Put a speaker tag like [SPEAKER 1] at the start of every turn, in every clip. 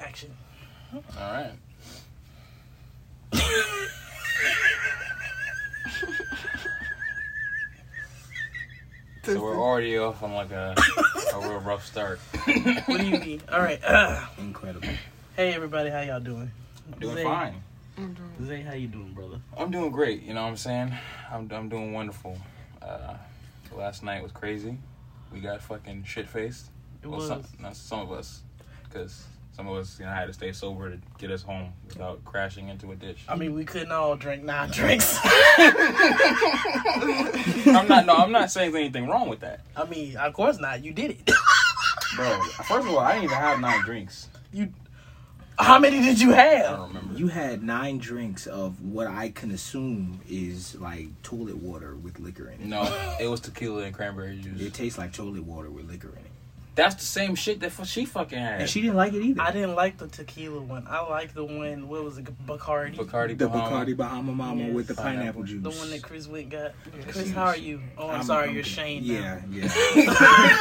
[SPEAKER 1] action.
[SPEAKER 2] All right. So we're already off on like a, a real rough start.
[SPEAKER 1] what do you mean? All right. Uh,
[SPEAKER 2] Incredible.
[SPEAKER 1] hey everybody, how y'all doing?
[SPEAKER 2] Doing
[SPEAKER 1] Zay,
[SPEAKER 2] fine.
[SPEAKER 1] Zay, how you doing, brother?
[SPEAKER 2] I'm doing great. You know what I'm saying? I'm I'm doing wonderful. Uh, last night was crazy. We got fucking shit faced.
[SPEAKER 1] It
[SPEAKER 2] Well,
[SPEAKER 1] was.
[SPEAKER 2] some, not some of us, because some of us, you know, had to stay sober to get us home without crashing into a ditch.
[SPEAKER 1] I mean, we couldn't all drink nine drinks.
[SPEAKER 2] I'm not. No, I'm not saying there's anything wrong with that,
[SPEAKER 1] I mean, of course not. You did it.
[SPEAKER 2] bro. First of all, I didn't even have nine drinks.
[SPEAKER 1] How many did you
[SPEAKER 2] I
[SPEAKER 1] have?
[SPEAKER 2] don't remember.
[SPEAKER 3] You had nine drinks of what I can assume is like toilet water with liquor in it.
[SPEAKER 2] No, it was tequila and cranberry juice.
[SPEAKER 3] It tastes like toilet water with liquor in it.
[SPEAKER 2] That's the same shit that fu- she fucking had.
[SPEAKER 3] And she didn't like it either.
[SPEAKER 1] I didn't like the tequila one. I like the one. What was it? Bacardi.
[SPEAKER 2] Bacardi.
[SPEAKER 3] the
[SPEAKER 2] Bahama.
[SPEAKER 3] Bacardi Bahama Mama
[SPEAKER 1] Yes.
[SPEAKER 3] with the pineapple,
[SPEAKER 2] Pineapple.
[SPEAKER 3] juice.
[SPEAKER 1] The one that Chris Wick got. Chris,
[SPEAKER 2] Yes.
[SPEAKER 1] how are you? Oh, I'm, sorry, you're Shane.
[SPEAKER 3] Yeah,
[SPEAKER 1] Yeah.
[SPEAKER 3] yeah.
[SPEAKER 1] Now.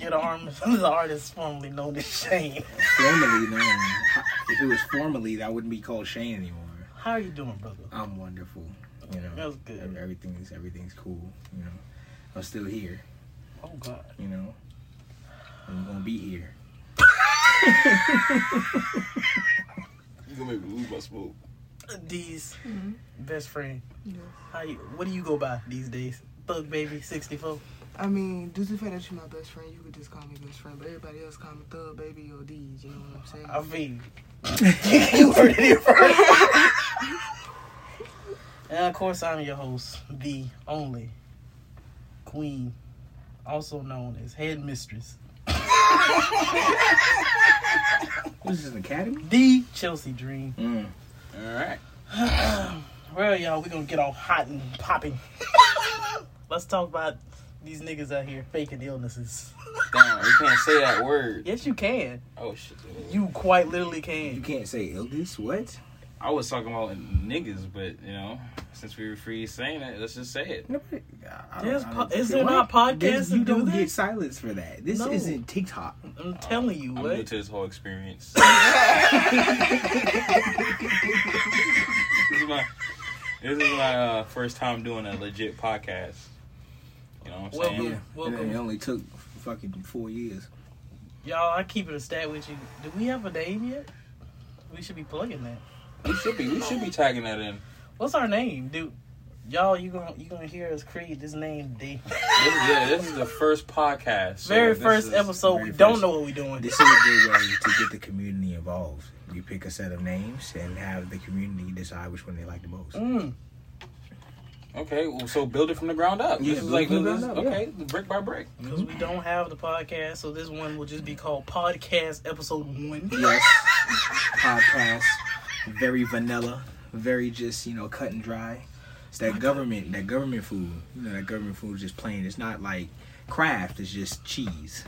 [SPEAKER 1] You're the, arm, the artist formerly known as Shane.
[SPEAKER 3] formally, man. If it was formally, that wouldn't be called Shane anymore.
[SPEAKER 1] How are you doing, brother?
[SPEAKER 3] I'm wonderful. You know,
[SPEAKER 1] That was good.
[SPEAKER 3] Ev- Everything's everything's cool. You know, I'm still here.
[SPEAKER 1] Oh God.
[SPEAKER 3] You know, I'm gonna be here.
[SPEAKER 2] You gonna make me lose my smoke?
[SPEAKER 1] D's best friend. How you? What do you go by these days? Thug baby, sixty four.
[SPEAKER 4] I mean, due to the fact that you're my best friend, you could just call me best friend, but everybody else call me Thug Baby or D's. You know what I'm
[SPEAKER 1] I
[SPEAKER 4] saying?
[SPEAKER 1] mean, you heard it here first. and of course, I'm your host, the only queen, also known as headmistress,
[SPEAKER 3] What is this an academy?
[SPEAKER 1] the Chelsea Dream.
[SPEAKER 3] Mm.
[SPEAKER 2] All right.
[SPEAKER 1] Well, y'all, we're gonna get all hot and popping. Let's talk about these niggas out here faking illnesses.
[SPEAKER 2] Damn, you can't say that word.
[SPEAKER 1] Yes, you can.
[SPEAKER 2] Oh shit.
[SPEAKER 1] You quite literally
[SPEAKER 3] You
[SPEAKER 1] can.
[SPEAKER 3] can't say illness. What?
[SPEAKER 2] I was talking about niggas, but you know, since we were free saying it, let's just say it.
[SPEAKER 3] Nobody. I- I
[SPEAKER 1] There's
[SPEAKER 3] I
[SPEAKER 1] po- is there
[SPEAKER 3] What?
[SPEAKER 1] not podcasts
[SPEAKER 3] There's- You
[SPEAKER 1] that do
[SPEAKER 3] don't get
[SPEAKER 1] this?
[SPEAKER 3] silence for that. This
[SPEAKER 1] No.
[SPEAKER 3] isn't TikTok.
[SPEAKER 1] I'm telling you,
[SPEAKER 2] I'm new
[SPEAKER 1] what?
[SPEAKER 2] to this whole experience. this is my this is my uh, first time doing a legit podcast. You know what I'm
[SPEAKER 1] Well,
[SPEAKER 2] saying?
[SPEAKER 1] Yeah. Welcome.
[SPEAKER 3] It only took fucking four years.
[SPEAKER 1] Y'all, I keep it a stat with you. Do we have a name yet? We should be plugging that.
[SPEAKER 2] We should be we should be tagging that in.
[SPEAKER 1] What's our name, dude? Y'all, you gonna you gonna hear us create this name D.
[SPEAKER 2] This is, yeah, this is the first podcast. so
[SPEAKER 1] Very
[SPEAKER 2] this
[SPEAKER 1] first
[SPEAKER 2] is-
[SPEAKER 1] episode.
[SPEAKER 3] very
[SPEAKER 1] we do don't
[SPEAKER 3] first-
[SPEAKER 1] know what we're doing.
[SPEAKER 3] This is a good way to get the community involved. You pick a set of names and have the community decide which one they like the most.
[SPEAKER 1] Mm,
[SPEAKER 2] Okay, well, so build it from the ground up.
[SPEAKER 3] Yeah,
[SPEAKER 2] this is
[SPEAKER 3] build it
[SPEAKER 2] like
[SPEAKER 3] from the
[SPEAKER 2] this-
[SPEAKER 3] ground up,
[SPEAKER 2] okay, brick by brick.
[SPEAKER 1] Cause
[SPEAKER 3] Mhm.
[SPEAKER 1] we don't have the podcast, so this one will just be called Podcast Episode One.
[SPEAKER 3] Yes, podcast, very vanilla, very just you know cut and dry. It's that government, that government food. You know that government food is just plain. It's not like craft. It's just cheese.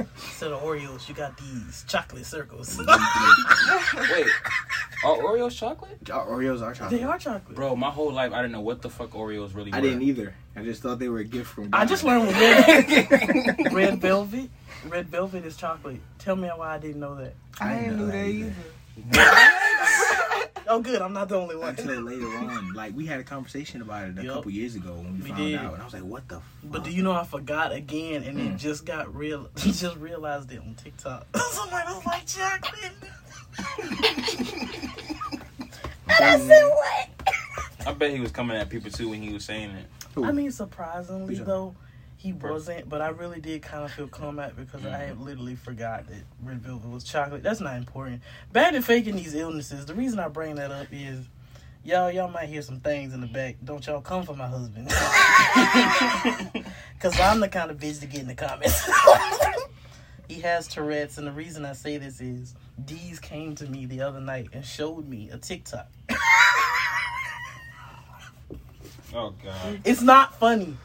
[SPEAKER 1] Instead of Oreos, you got these chocolate circles.
[SPEAKER 2] Wait, are Oreos chocolate?
[SPEAKER 3] Our Oreos are chocolate.
[SPEAKER 1] they are chocolate.
[SPEAKER 2] Bro, my whole life I didn't know what the fuck Oreos really.
[SPEAKER 3] I
[SPEAKER 2] were.
[SPEAKER 3] didn't either. I just thought they were a gift from. God.
[SPEAKER 1] I just learned with red, red velvet. Red velvet is chocolate. Tell me why I didn't know that.
[SPEAKER 4] I didn't know that either.
[SPEAKER 1] Oh, good. I'm not the only one.
[SPEAKER 3] until later on. Like we had a conversation about it a
[SPEAKER 1] Yup.
[SPEAKER 3] couple years ago when we,
[SPEAKER 1] We
[SPEAKER 3] found
[SPEAKER 1] did.
[SPEAKER 3] out, and I was like, "What the?" Fuck?
[SPEAKER 1] But do you know I forgot again, and it just got real. just realized it on TikTok. Someone was like, "Chocolate."
[SPEAKER 3] I
[SPEAKER 2] I bet he was coming at people too when he was saying it.
[SPEAKER 1] I mean, surprisingly
[SPEAKER 3] Who's that?
[SPEAKER 1] though, he wasn't. But I really did kind of feel come at because I had literally forgot that red velvet was chocolate. That's not important. Back to faking these illnesses. The reason I bring that up is. Y'all, y'all might hear some things in the back. Don't y'all come for my husband. Because I'm the kind of bitch to get in the comments. he has Tourette's, and the reason I say this is Deez came to me the other night and showed me a TikTok.
[SPEAKER 2] Oh god.
[SPEAKER 1] It's not funny.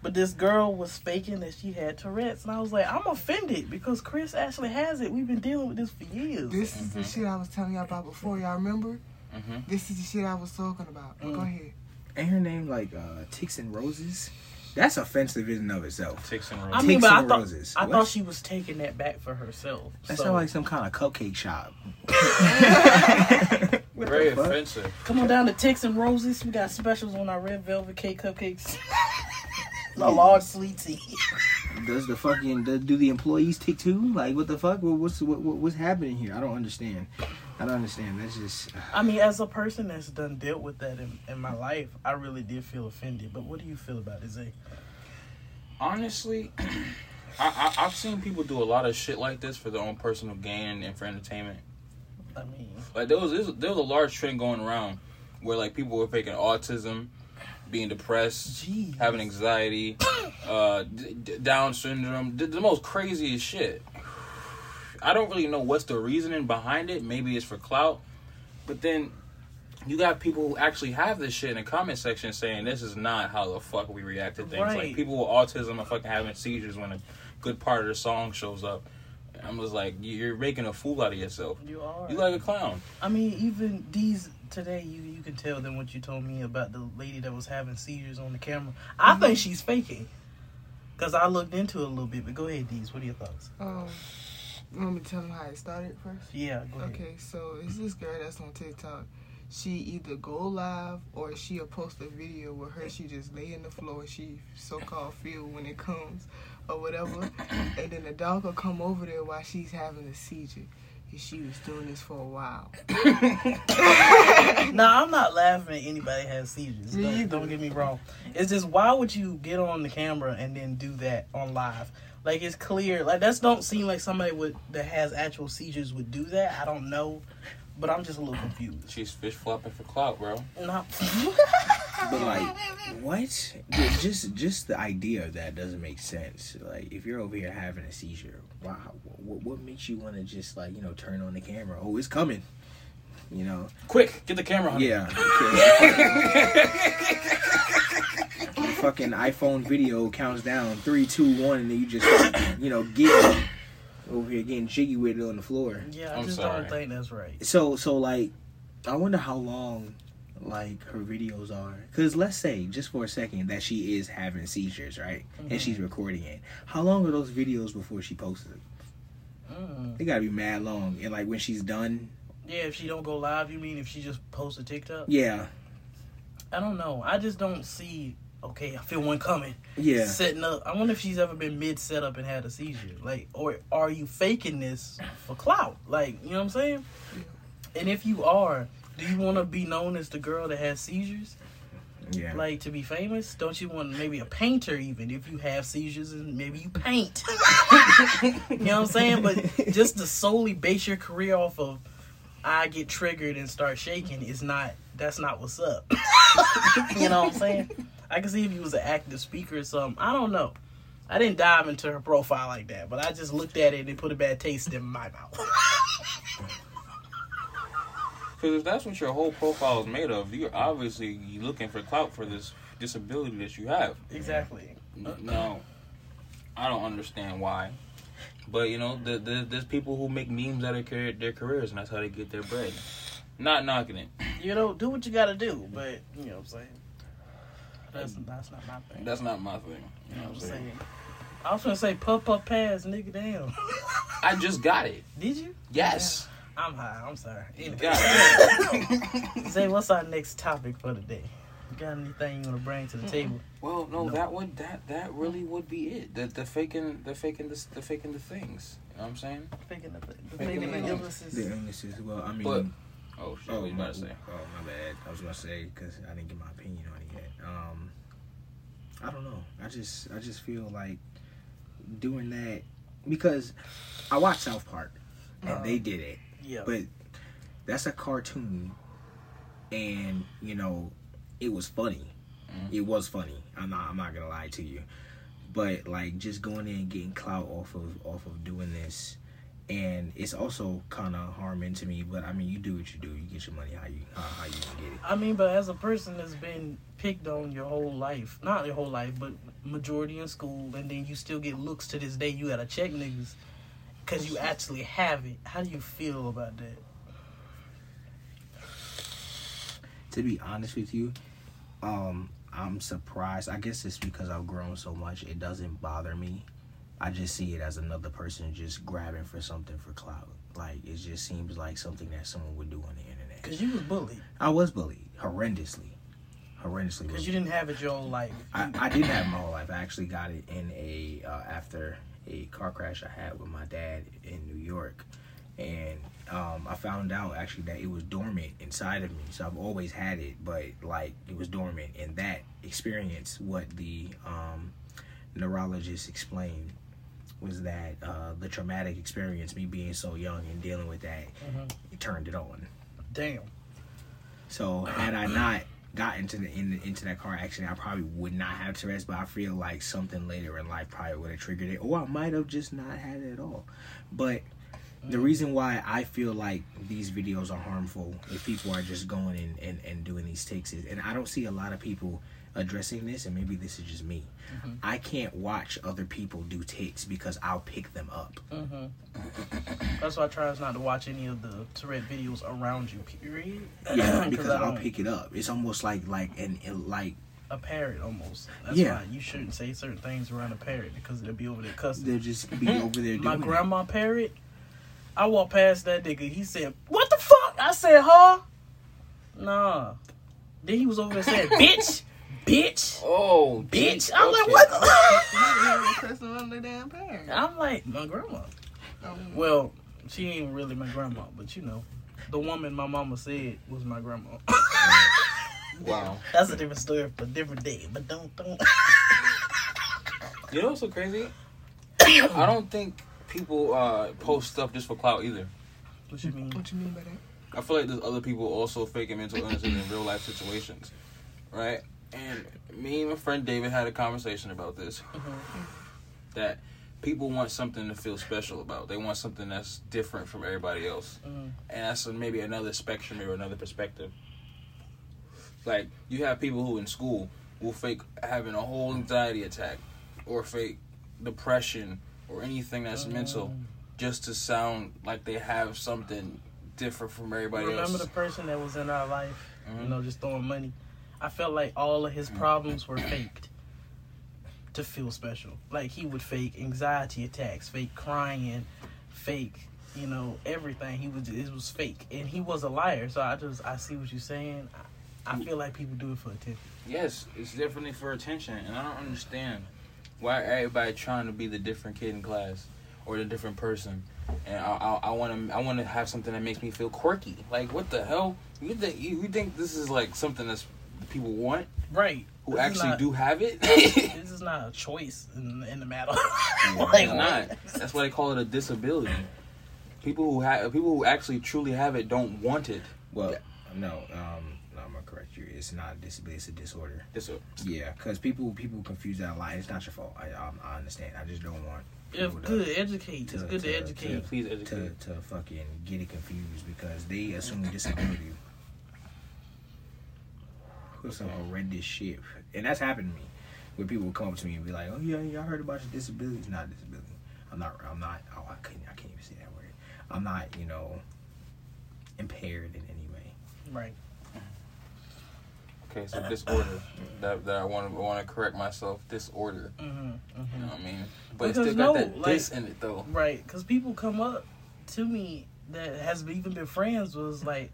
[SPEAKER 1] But this girl was faking that she had Tourette's, and I was like, I'm offended because Chris actually has it. We've been dealing with this for years.
[SPEAKER 4] This is the shit I was telling y'all about before. Y'all remember?
[SPEAKER 2] Mhm.
[SPEAKER 4] This is the shit I was talking about.
[SPEAKER 1] Mm.
[SPEAKER 4] Go ahead.
[SPEAKER 3] Ain't her name like uh, Ticks and Roses? That's offensive in and of itself.
[SPEAKER 2] Ticks and rolls.
[SPEAKER 1] I mean,
[SPEAKER 3] Ticks
[SPEAKER 1] but I
[SPEAKER 3] and
[SPEAKER 1] thought
[SPEAKER 3] roses.
[SPEAKER 1] I
[SPEAKER 3] What?
[SPEAKER 1] thought she was taking that back for herself.
[SPEAKER 3] That
[SPEAKER 1] so-
[SPEAKER 3] sounds like some kind of cupcake shop. What the
[SPEAKER 2] Very
[SPEAKER 3] fuck?
[SPEAKER 2] offensive.
[SPEAKER 1] Come on down to Ticks and Roses. We got specials on our red velvet cake cupcakes. A large sweet tea.
[SPEAKER 3] Does the fucking do, do the employees take two? Like what the fuck? What, what's what, what, what's happening here? I don't understand. I don't understand. That's just
[SPEAKER 1] I mean, as a person that's done dealt with that in, in my life, I really did feel offended. But what do you feel about it, Zay?
[SPEAKER 2] Honestly, I, I, I've seen people do a lot of shit like this for their own personal gain and for entertainment.
[SPEAKER 1] I mean,
[SPEAKER 2] Like there was there was- there was a large trend going around where like people were faking autism, being depressed,
[SPEAKER 1] Jeez.
[SPEAKER 2] having anxiety, uh, d- d- Down syndrome, d- the most craziest shit. I don't really know what's the reasoning behind it. Maybe it's for clout, but then you got people who actually have this shit in the comment section saying this is not how the fuck we react to things.
[SPEAKER 1] Right.
[SPEAKER 2] Like people with autism are fucking having seizures when a good part of the song shows up. I'm just like, you're making a fool out of yourself.
[SPEAKER 1] you are.
[SPEAKER 2] You like a clown.
[SPEAKER 1] I mean, even these today, you you can tell them what you told me about the lady that was having seizures on the camera. I think she's faking. Cause I looked into it a little bit, but go ahead, Deez. What are your thoughts?
[SPEAKER 4] Um, you want me to tell them how it started first?
[SPEAKER 1] Yeah, go ahead.
[SPEAKER 4] Okay, so it's this girl that's on TikTok. She either go live or she'll post a video with her. She just lay in the floor. She so called feel when it comes or whatever. And then the dog will come over there while she's having a seizure. And she was doing this for a while.
[SPEAKER 1] Now I'm not laughing at anybody has seizures.
[SPEAKER 4] Me
[SPEAKER 1] Don't,
[SPEAKER 4] either.
[SPEAKER 1] don't get me wrong. It's just why would you get on the camera and then do that on live? Like it's clear. Like that's don't seem like somebody would that has actual seizures would do that. I don't know, but I'm just a little confused.
[SPEAKER 2] She's fish flopping for clout, bro.
[SPEAKER 1] Not
[SPEAKER 3] But like, what? Ju- Just just the idea of that doesn't make sense. Like, if you're over here having a seizure, wow, what, what makes you want to just like you know turn on the camera? Oh, it's coming. You know?
[SPEAKER 2] Quick, get the camera on.
[SPEAKER 3] Yeah. okay. The fucking iPhone video counts down three, two, one, and then you just you know get over here getting jiggy with it on the floor.
[SPEAKER 1] yeah, I
[SPEAKER 2] I'm
[SPEAKER 1] just
[SPEAKER 2] sorry.
[SPEAKER 1] don't think that's right.
[SPEAKER 3] So so like, I wonder how long like her videos are. Cause let's say just for a second that she is having seizures, right?
[SPEAKER 1] Mhm.
[SPEAKER 3] And
[SPEAKER 2] Mm-hmm.
[SPEAKER 3] she's recording it. How long are those videos before she posts it?
[SPEAKER 1] Mm.
[SPEAKER 3] They gotta be mad long. And like when she's done,
[SPEAKER 1] Yeah, if she don't go live, you mean if she just posts a TikTok?
[SPEAKER 3] yeah,
[SPEAKER 1] I don't know. I just don't see. Okay, I feel one coming.
[SPEAKER 3] yeah.
[SPEAKER 1] setting up. I wonder if she's ever been mid setup and had a seizure. Like, or are you faking this for clout? Like, you know what I'm saying? And if you are, do you want to be known as the girl that has seizures?
[SPEAKER 3] Yeah.
[SPEAKER 1] Like, to be famous? Don't you want maybe a painter, even if you have seizures and maybe you paint? you know what I'm saying? But just to solely base your career off of I get triggered and start shaking is not, that's not what's up. you know what I'm saying? I can see if you was an active speaker or something. I don't know. I didn't dive into her profile like that, but I just looked at it and it put a bad taste in my mouth.
[SPEAKER 2] Because if that's what your whole profile is made of, you're obviously looking for clout for this disability that you have.
[SPEAKER 1] exactly.
[SPEAKER 2] N- No, I don't understand why. But you know, the, the, there's people who make memes out of career, their careers, and that's how they get their bread. Not knocking it.
[SPEAKER 1] You know, do what you gotta do, but you know what I'm saying? That's, that's not my thing.
[SPEAKER 2] That's not my thing. You know what I'm saying?
[SPEAKER 1] I was gonna say pup up pass, nigga. Damn.
[SPEAKER 2] I just got it.
[SPEAKER 1] Did you?
[SPEAKER 2] Yes.
[SPEAKER 1] I'm high. I'm sorry. Anyway,
[SPEAKER 2] Got it.
[SPEAKER 1] say what's our next topic for today? You got anything you wanna bring to the table?
[SPEAKER 2] Well, no,
[SPEAKER 1] No.
[SPEAKER 2] that would that that really would be it. The the faking the faking the, the faking the things. You know what I'm saying?
[SPEAKER 1] Thinking of the, the,
[SPEAKER 2] Thinking
[SPEAKER 1] thinking
[SPEAKER 2] of
[SPEAKER 1] of
[SPEAKER 2] the-
[SPEAKER 1] illnesses.
[SPEAKER 3] The illnesses. Well, I mean.
[SPEAKER 2] But- Oh shit!
[SPEAKER 3] Oh,
[SPEAKER 2] what you
[SPEAKER 3] my,
[SPEAKER 2] about to say?
[SPEAKER 3] oh, my bad. I was about to say because I didn't get my opinion on it yet. Um, I don't know. I just I just feel like doing that because I watched South Park and
[SPEAKER 1] Uh-huh.
[SPEAKER 3] they did it,
[SPEAKER 1] Yeah.
[SPEAKER 3] but that's a cartoon, and you know, it was funny.
[SPEAKER 2] Mhm.
[SPEAKER 3] It was funny. I'm not I'm not gonna lie to you, but like just going in and getting clout off of off of doing this and it's also kind of harming to me. But I mean, you do what you do. You get your money how you how, how you can get it.
[SPEAKER 1] I mean, but as a person that's been picked on your whole life, not your whole life, but majority in school, and then you still get looks to this day, you gotta check niggas because you actually have it. How do you feel about that?
[SPEAKER 3] To be honest with you, um, I'm surprised. I guess it's because I've grown so much. It doesn't bother me. I just see it as another person just grabbing for something for clout. Like it just seems like something that someone would do on the internet.
[SPEAKER 1] Because you was bullied.
[SPEAKER 3] I was bullied horrendously, horrendously.
[SPEAKER 1] Because
[SPEAKER 3] bullied.
[SPEAKER 1] you didn't have it your whole life.
[SPEAKER 3] I, I did have it my whole life. I actually got it in a uh, after a car crash I had with my dad in New York, and um, I found out actually that it was dormant inside of me. So I've always had it, but like it was dormant. And that experience, what the um, neurologist explained, was that uh, the traumatic experience, me being so young and dealing with that,
[SPEAKER 1] Mhm.
[SPEAKER 3] it turned it on.
[SPEAKER 1] Damn.
[SPEAKER 3] So had I not got into the in, into that car accident, I probably would not have Tourette's. But I feel like something later in life probably would have triggered it, or I might have just not had it at all. But the reason why I feel like these videos are harmful if people are just going and, and, and doing these takes is, and I don't see a lot of people addressing this, and maybe this is just me.
[SPEAKER 1] Mm-hmm.
[SPEAKER 3] I can't watch other people do takes because I'll pick them up.
[SPEAKER 1] hmm That's why I try not to watch any of the Tourette videos around you. Period.
[SPEAKER 3] Yeah, because
[SPEAKER 1] I
[SPEAKER 3] I'll
[SPEAKER 1] don't-
[SPEAKER 3] pick it up. It's almost like like an like
[SPEAKER 1] a parrot almost. That's
[SPEAKER 3] Yeah.
[SPEAKER 1] why you shouldn't say certain things around a parrot because they'll be over there cussing.
[SPEAKER 3] they'll just be over there. Doing
[SPEAKER 1] My
[SPEAKER 3] it.
[SPEAKER 1] grandma parrot, I walked past that nigga. He said, "What the fuck?" I said, "Huh?" Nah. Then he was over there saying, "Bitch, bitch,
[SPEAKER 2] Oh,
[SPEAKER 1] bitch."
[SPEAKER 2] geez,
[SPEAKER 1] I'm like,
[SPEAKER 2] okay.
[SPEAKER 1] "What?" the-"
[SPEAKER 4] cussing on the damn parent.
[SPEAKER 1] I'm like, "My grandma."
[SPEAKER 4] Um,
[SPEAKER 1] Well, she ain't really my grandma, but you know, the woman my mama said was my grandma.
[SPEAKER 2] Wow.
[SPEAKER 1] That's a different story for a different day. But don't don't.
[SPEAKER 2] You know what's so crazy? I don't think people uh, post stuff just for clout either.
[SPEAKER 1] What you mean?
[SPEAKER 4] what you mean by that?
[SPEAKER 2] I feel like there's other people also faking mental illnesses in real life situations, right? And me and my friend David had a conversation about this.
[SPEAKER 1] Mm-hmm.
[SPEAKER 2] That people want something to feel special about. They want something that's different from everybody else,
[SPEAKER 1] Mhm.
[SPEAKER 2] and that's maybe another spectrum or another perspective. Like you have people who in school will fake having a whole anxiety attack, or fake depression, or anything that's
[SPEAKER 1] Oh,
[SPEAKER 2] mental,
[SPEAKER 1] Mm.
[SPEAKER 2] just to sound like they have something different from everybody else.
[SPEAKER 1] Remember the person that was in our life, you
[SPEAKER 2] Mhm.
[SPEAKER 1] know, just throwing money. I felt like all of
[SPEAKER 2] Mm.
[SPEAKER 1] his problems were faked to feel special. Like he would fake anxiety attacks, fake crying, fake, you know, everything. He was it was fake, and he was a liar. So I just I see what you're saying. I, I feel like people do it for attention.
[SPEAKER 2] Yes, it's definitely for attention, and I don't understand why everybody trying to be the different kid in class or the different person. And I, I, I want to, I want to have something that makes me feel quirky. Like, what the hell? You think you, you think this is like something that's that people want
[SPEAKER 1] Right.
[SPEAKER 2] who
[SPEAKER 1] This is
[SPEAKER 2] actually
[SPEAKER 1] not-
[SPEAKER 2] do have it?
[SPEAKER 1] This is not a choice in, in the matter.
[SPEAKER 2] It's not. That's why they call it a disability. People who have, people who actually truly have it, don't want it.
[SPEAKER 3] Well, no, um, no, I'm gonna correct you. It's not a disability; it's a disorder.
[SPEAKER 2] This,
[SPEAKER 3] Yeah, because people people confuse that a lot. It's not your fault. I um, I understand. I just don't want
[SPEAKER 1] It's
[SPEAKER 3] people to-
[SPEAKER 1] good. Educate. It's
[SPEAKER 3] to-
[SPEAKER 1] good to
[SPEAKER 3] to-
[SPEAKER 1] educate.
[SPEAKER 2] please
[SPEAKER 3] to
[SPEAKER 2] educate.
[SPEAKER 3] to fucking get it confused because they assume disability. With some horrendous shit, and that's happened to me. Where people would come up to me and be like, "Oh yeah, y'all heard about your disability? It's not a disability. I'm not. I'm not. Oh, I couldn't. I can't even say that word. I'm not. You know, impaired in any way."
[SPEAKER 1] Right.
[SPEAKER 2] Okay, so disorder. That, that I want to want to correct myself. Disorder.
[SPEAKER 1] hmm
[SPEAKER 2] You
[SPEAKER 1] hmm
[SPEAKER 2] know what I mean? But
[SPEAKER 1] Because
[SPEAKER 2] it still
[SPEAKER 1] no,
[SPEAKER 2] got that
[SPEAKER 1] like-
[SPEAKER 2] diss in it though.
[SPEAKER 1] Right, because people come up to me that has even been friends was like,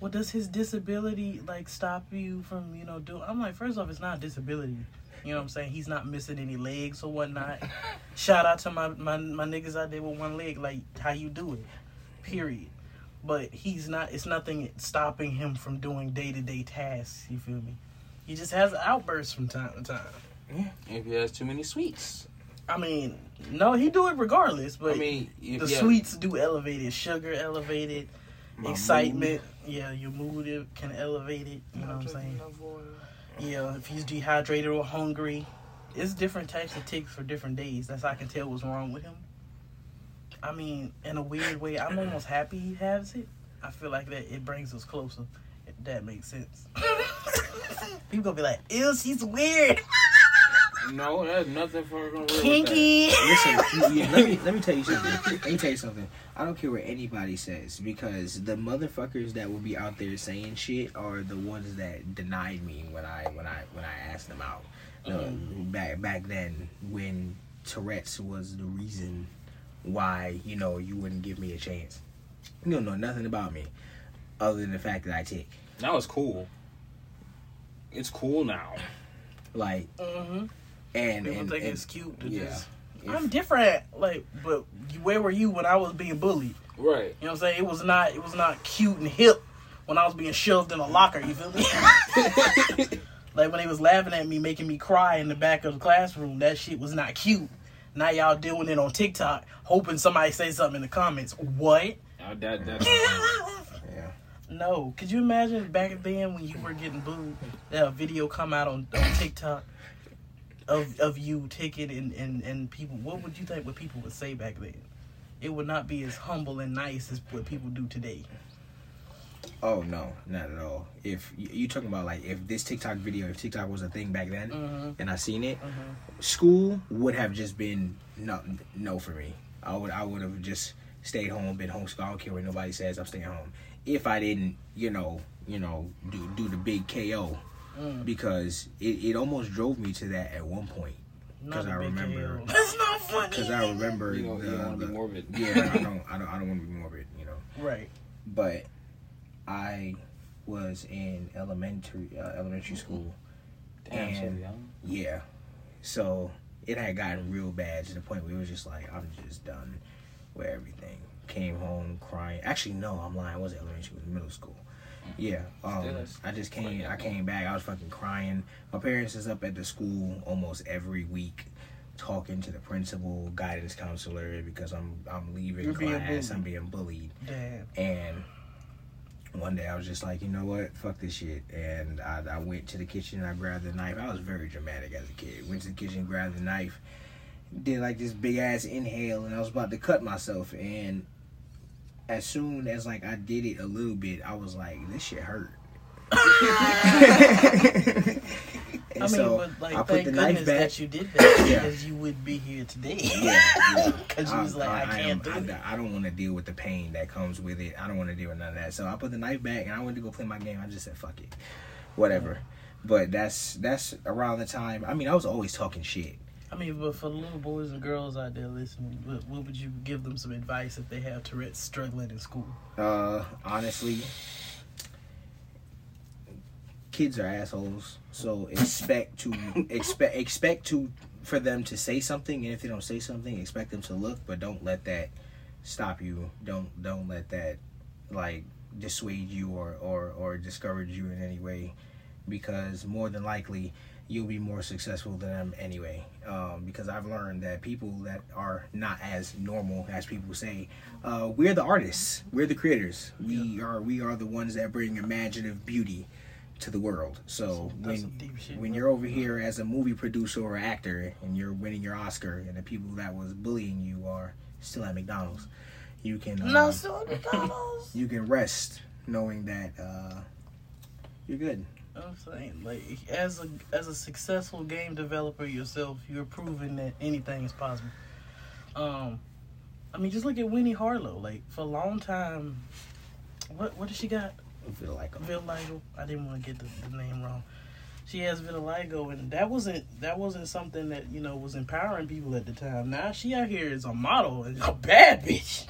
[SPEAKER 1] "Well, does his disability like stop you from you know doing?" I'm like, first off, it's not a disability. You know what I'm saying? He's not missing any legs or whatnot. Shout out to my, my my niggas out there with one leg, like how you do it. Period. But he's not. It's nothing stopping him from doing day to day tasks. You feel me? He just has outbursts from time to time.
[SPEAKER 2] If he has too many sweets,
[SPEAKER 1] I mean, no, he do it regardless. But
[SPEAKER 2] I mean, if
[SPEAKER 1] the
[SPEAKER 2] he has-
[SPEAKER 1] sweets do elevate it. Sugar elevated,
[SPEAKER 3] My
[SPEAKER 1] excitement. Yeah, your mood it can elevate it. You know what I'm saying? Yeah, if he's dehydrated or hungry, it's different types of ticks for different days. That's how I can tell what's wrong with him. I mean, in a weird way, I'm almost happy he has it. I feel like that it brings us closer. If that makes sense. People gonna be like, "Ew, she's weird."
[SPEAKER 2] No, that's nothing for gonna
[SPEAKER 1] Kinky.
[SPEAKER 3] Listen, yeah, let me let me tell you something. Let me tell you something. I don't care what anybody says because the motherfuckers that will be out there saying shit are the ones that denied me when I when I when I asked them out. No,
[SPEAKER 1] Uh-huh.
[SPEAKER 3] back back then when Tourette's was the reason why you know you wouldn't give me a chance. You don't know nothing about me other than the fact that I tick.
[SPEAKER 2] Now it's cool. It's cool now.
[SPEAKER 3] Like
[SPEAKER 1] hmm
[SPEAKER 3] and
[SPEAKER 1] People
[SPEAKER 3] and,
[SPEAKER 1] think
[SPEAKER 3] and
[SPEAKER 1] it's cute to
[SPEAKER 3] yeah.
[SPEAKER 1] just.
[SPEAKER 3] If-
[SPEAKER 1] I'm different. Like, but you- where were you when I was being bullied?
[SPEAKER 2] Right.
[SPEAKER 1] You know what I'm saying? It was not. It was not cute and hip when I was being shoved in a locker. You feel me? like when they was laughing at me, making me cry in the back of the classroom. That shit was not cute. Now y'all doing it on TikTok, hoping somebody say something in the comments. What?
[SPEAKER 2] Now that that's
[SPEAKER 3] yeah.
[SPEAKER 1] No. Could you imagine back then when you were getting booed, that a video come out on, on TikTok of of you ticking and, and, and people what would you think what people would say back then? It would not be as humble and nice as what people do today.
[SPEAKER 3] Oh no, not at all. If you you talking about like if this TikTok video, if TikTok was a thing back then, and I seen it, school would have just been no, no for me. I would, I would have just stayed home, been homeschooled. I don't care what nobody says. I'm staying home. If I didn't, you know, you know, do do the big KO, because it, it almost drove me to that at one point.
[SPEAKER 1] Not
[SPEAKER 3] 'Cause
[SPEAKER 1] a
[SPEAKER 3] I
[SPEAKER 1] big
[SPEAKER 3] remember-
[SPEAKER 1] hell. That's not
[SPEAKER 3] Because
[SPEAKER 1] funny.
[SPEAKER 3] I remember,
[SPEAKER 2] you don't, you
[SPEAKER 3] the-
[SPEAKER 2] don't want to
[SPEAKER 3] the-
[SPEAKER 2] be morbid.
[SPEAKER 3] yeah, I don't, I don't, I don't want to be morbid, you know
[SPEAKER 1] Right.
[SPEAKER 3] but I was in elementary uh,
[SPEAKER 1] Mm-hmm.
[SPEAKER 3] elementary school.
[SPEAKER 2] Damn, so
[SPEAKER 3] And-
[SPEAKER 2] young.
[SPEAKER 3] Yeah, so it had gotten real bad to the point where it was just like I'm just done with everything. Came home crying. Actually, no, I'm lying. It wasn't elementary. It was middle school.
[SPEAKER 1] Mm-hmm.
[SPEAKER 3] Yeah, um,
[SPEAKER 2] Still,
[SPEAKER 3] I just came. I came back. I was fucking crying. My parents is up at the school almost every week, talking to the principal, guidance counselor, because I'm I'm leaving
[SPEAKER 1] You're being
[SPEAKER 3] class.
[SPEAKER 1] bullied.
[SPEAKER 3] I'm being bullied.
[SPEAKER 1] Damn.
[SPEAKER 3] And one day I was just like, you know what? Fuck this shit. And I, I went to the kitchen and I grabbed the knife. I was very dramatic as a kid. Went to the kitchen, grabbed the knife, did like this big ass inhale, and I was about to cut myself. And as soon as like I did it a little bit, I was like, this shit hurt. and
[SPEAKER 1] I mean,
[SPEAKER 3] so
[SPEAKER 1] but like,
[SPEAKER 3] I put
[SPEAKER 1] thank
[SPEAKER 3] the
[SPEAKER 1] goodness
[SPEAKER 3] knife back.
[SPEAKER 1] that you did that
[SPEAKER 3] Yeah.
[SPEAKER 1] because you would be here today.
[SPEAKER 3] Yeah, yeah.
[SPEAKER 1] Because you was like, I, can't
[SPEAKER 3] am-
[SPEAKER 1] do it.
[SPEAKER 3] I, I don't want to deal with the pain that comes with it. I don't want to deal with none of that. So I put the knife back and I went to go play my game. I just said, fuck it, whatever. But that's that's around the time. I mean, I was always talking shit.
[SPEAKER 1] I mean, but for the little boys and girls out there listening, what, what would you give them some advice if they have Tourette's struggling in school?
[SPEAKER 3] Uh, honestly, kids are assholes. So expect to expect expect to for them to say something, and if they don't say something, expect them to look. But don't let that stop you. Don't don't let that like dissuade you or or or discourage you in any way, because more than likely you'll be more successful than them anyway. Um, because I've learned that people that are not as normal as people say, uh, we're the artists, we're the creators. We are we are the ones that bring imaginative beauty to the world. So
[SPEAKER 1] That's some
[SPEAKER 3] when,
[SPEAKER 1] deep shit,
[SPEAKER 3] when
[SPEAKER 1] bro.
[SPEAKER 3] you're over here as a movie producer or actor and you're winning your Oscar and the people that was bullying you are still at McDonald's, you can uh,
[SPEAKER 1] so McDonald's.
[SPEAKER 3] you can rest knowing that uh, you're good.
[SPEAKER 1] I'm saying, like, as a as a successful game developer yourself, you're proving that anything is possible. Um, I mean, just look at Winnie Harlow. Like for a long time, what what does she got?
[SPEAKER 3] I feel like I'm-
[SPEAKER 1] vitiligo. I didn't want to get the, the name wrong. She has vitiligo, and that wasn't that wasn't something that you know was empowering people at the time. Now she out here is a model and a bad bitch.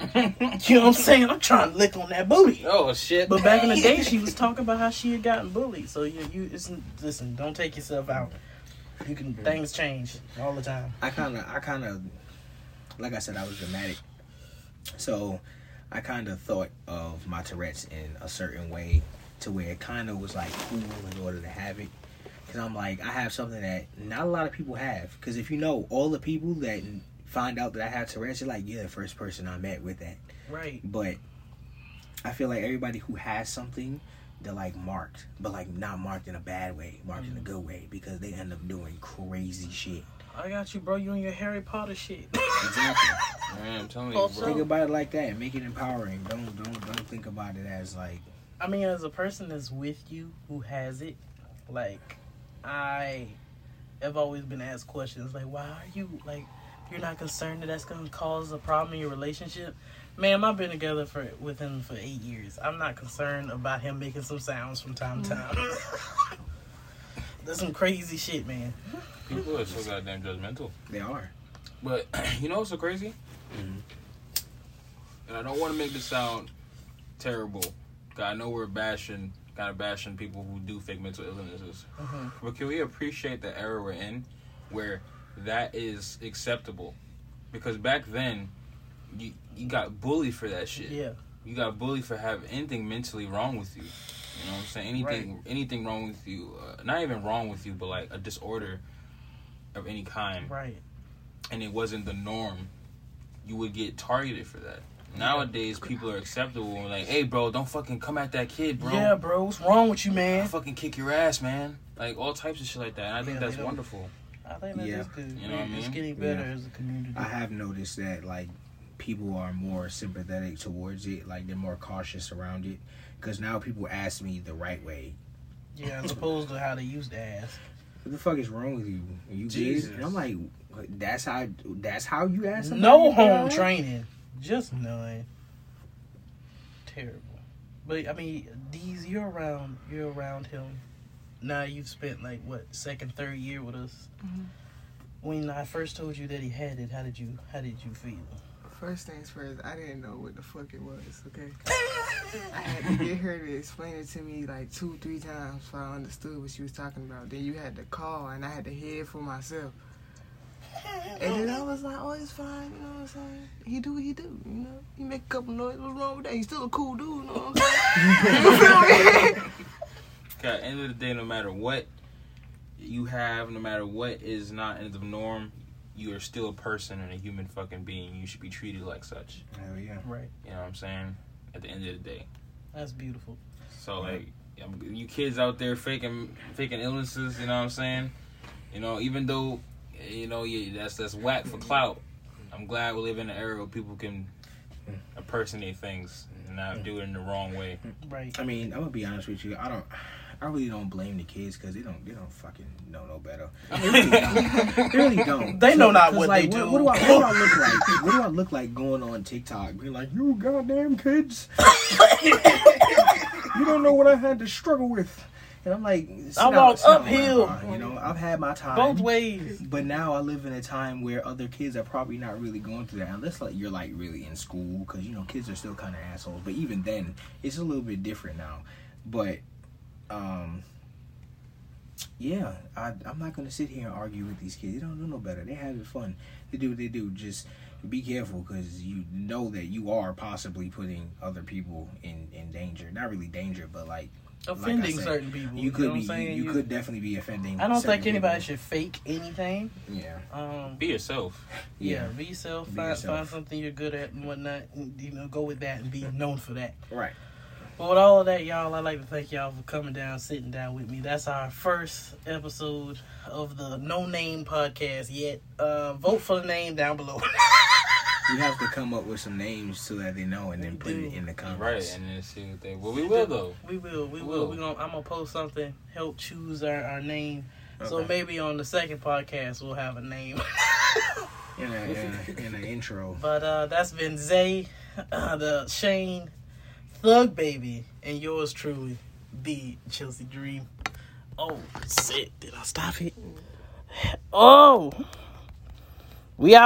[SPEAKER 1] you know what I'm saying? I'm trying to lick on that booty.
[SPEAKER 2] Oh shit.
[SPEAKER 1] But back in the day, she was talking about how she had gotten bullied. So you you it's, listen, don't take yourself out. You can things change all the time.
[SPEAKER 3] I kind of, I kind of, like I said, I was dramatic. So I kind of thought of my Tourette's in a certain way to where it kind of was like cool in order to have it. Because I'm like, I have something that not a lot of people have. Because if you know, all the people that find out that I have Tourette's, you're like, you're the first person I met with that.
[SPEAKER 1] Right.
[SPEAKER 3] But I feel like everybody who has something, they're like marked, but like not marked in a bad way, marked in a good way, because they end up doing crazy shit.
[SPEAKER 1] I got you, bro. You and your Harry Potter shit.
[SPEAKER 3] Exactly.
[SPEAKER 2] Man, I'm telling you,
[SPEAKER 1] Also-
[SPEAKER 2] bro.
[SPEAKER 3] Think about it like that. Make it empowering. Don't don't don't think about it as like
[SPEAKER 1] I mean, as a person that's with you who has it, like I I've always been asked questions like, "Why are you like? You're not concerned that that's gonna cause a problem in your relationship?" Ma'am, I've been together for with him for eight years. I'm not concerned about him making some sounds from time to time. Mm. That's some crazy shit, man.
[SPEAKER 2] People are so goddamn judgmental.
[SPEAKER 3] They are.
[SPEAKER 2] But you know what's so crazy? Mm-hmm. And I don't want to make this sound terrible. 'cause I know we're bashing, kind of bashing people who do fake mental illnesses.
[SPEAKER 1] Mhm.
[SPEAKER 2] But can we appreciate the era we're in, where that is acceptable? Because back then, you you got bullied for that shit.
[SPEAKER 1] Yeah,
[SPEAKER 2] You got bullied for having anything mentally wrong with you. You know what I'm saying? Anything, anything wrong with you? Uh, not even wrong with you, but like a disorder of any kind
[SPEAKER 1] right.
[SPEAKER 2] and it wasn't the norm, you would get targeted for that. Nowadays, people are acceptable and like, hey, bro, don't fucking come at that kid, bro.
[SPEAKER 1] Yeah, bro. What's wrong with you,
[SPEAKER 2] I
[SPEAKER 1] man?
[SPEAKER 2] fucking kick your ass, man. Like all types of shit like that. And I think
[SPEAKER 1] Yeah,
[SPEAKER 2] that's
[SPEAKER 1] they don't-
[SPEAKER 2] wonderful.
[SPEAKER 1] I think that is
[SPEAKER 3] Yeah.
[SPEAKER 1] good.
[SPEAKER 2] You know what I
[SPEAKER 1] It's
[SPEAKER 2] mean?
[SPEAKER 1] getting better
[SPEAKER 3] Yeah.
[SPEAKER 1] as a community.
[SPEAKER 3] I have noticed that like people are more sympathetic towards it. Like they're more cautious around it. Because now people ask me the right way.
[SPEAKER 1] Yeah, as opposed to how they used to ask.
[SPEAKER 3] What the fuck is wrong with you? Are you
[SPEAKER 2] Jesus.
[SPEAKER 3] Jesus. And I'm like, that's how. That's how you ask. somebody
[SPEAKER 1] No
[SPEAKER 3] if they
[SPEAKER 1] home
[SPEAKER 3] alright?
[SPEAKER 1] training, just none. Terrible. But I mean, these you're around, you're around him. Now you've spent like what second, third year with us.
[SPEAKER 4] Mhm.
[SPEAKER 1] When I first told you that he had it, how did you how did you feel?
[SPEAKER 4] First things first, I didn't know what the fuck it was, okay? I had to get her to explain it to me like two, three times before I understood what she was talking about. Then you had to call and I had to hear it for myself. And then I was like, oh, it's fine, you know what I'm saying? He do what he do, you know? He make a couple noise, what's wrong with that? He's still a cool dude, you know what I'm saying?
[SPEAKER 2] Okay, at the end of the day, no matter what you have, no matter what is not in the norm, you are still a person and a human fucking being. You should be treated like such.
[SPEAKER 3] Hell yeah.
[SPEAKER 1] Right.
[SPEAKER 2] You know what I'm saying? At the end of the day.
[SPEAKER 1] That's beautiful.
[SPEAKER 2] So like, I'm- you kids out there faking faking illnesses, you know what I'm saying? You know, even though you know yeah, that's that's whack for clout. I'm glad we live in an era where people can
[SPEAKER 1] Mm.
[SPEAKER 2] impersonate things and not do it in the wrong way.
[SPEAKER 1] Right.
[SPEAKER 3] I mean, I'm gonna be honest with you. I don't. I really don't blame the kids because they don't. They don't fucking know no better. They really don't.
[SPEAKER 1] They know not
[SPEAKER 3] 'cause,
[SPEAKER 1] what
[SPEAKER 3] like,
[SPEAKER 1] they
[SPEAKER 3] what,
[SPEAKER 1] do.
[SPEAKER 3] What do, I, what do I look like? What do I look like going on TikTok? Being like, you goddamn kids. you don't know what I had to struggle with. And I'm like, sit
[SPEAKER 1] I
[SPEAKER 3] down,
[SPEAKER 1] walked
[SPEAKER 3] sit down,
[SPEAKER 1] uphill.
[SPEAKER 3] grandpa, You know, I've had my time.
[SPEAKER 1] Both ways.
[SPEAKER 3] But now I live in a time where other kids are probably not really going through that, unless like you're like really in school, because you know kids are still kind of assholes. But even then, it's a little bit different now. But, um, yeah, I, I'm not gonna sit here and argue with these kids. They don't know no better. They having fun. They do what they do. Just be careful, because you know that you are possibly putting other people in in danger. Not really danger, but like
[SPEAKER 1] Offending
[SPEAKER 3] said,
[SPEAKER 1] certain people.
[SPEAKER 3] you could
[SPEAKER 1] know
[SPEAKER 3] be
[SPEAKER 1] what I'm saying?
[SPEAKER 3] you, could definitely be offending.
[SPEAKER 1] I don't
[SPEAKER 3] certain
[SPEAKER 1] think anybody
[SPEAKER 3] people.
[SPEAKER 1] should fake anything.
[SPEAKER 3] Yeah.
[SPEAKER 1] Um
[SPEAKER 2] Be yourself.
[SPEAKER 1] yeah, be yourself,
[SPEAKER 3] Be
[SPEAKER 1] find
[SPEAKER 3] yourself.
[SPEAKER 1] find something you're good at and whatnot, and, you know, go with that and be known for that.
[SPEAKER 3] Right.
[SPEAKER 1] But with all of that, y'all, I'd like to thank y'all for coming down, sitting down with me. That's our first episode of the No Name podcast yet. Uh, vote for the name down below.
[SPEAKER 3] We have to come up with some names so that they know and then put it in the
[SPEAKER 2] Right,
[SPEAKER 3] comments.
[SPEAKER 2] and then see what they. Well, we will though.
[SPEAKER 1] We will. We
[SPEAKER 2] We
[SPEAKER 1] will.
[SPEAKER 2] will.
[SPEAKER 1] We gonna, I'm going to post something, help choose our, our name. So
[SPEAKER 3] Okay.
[SPEAKER 1] maybe on the second podcast, we'll have a name.
[SPEAKER 3] In, a, in, a, in an intro.
[SPEAKER 1] But uh, that's been Zay, uh, the Shane, Thug Baby, and yours truly, the Chelsea Dream. Oh, shit. Did I stop it? Oh. We out.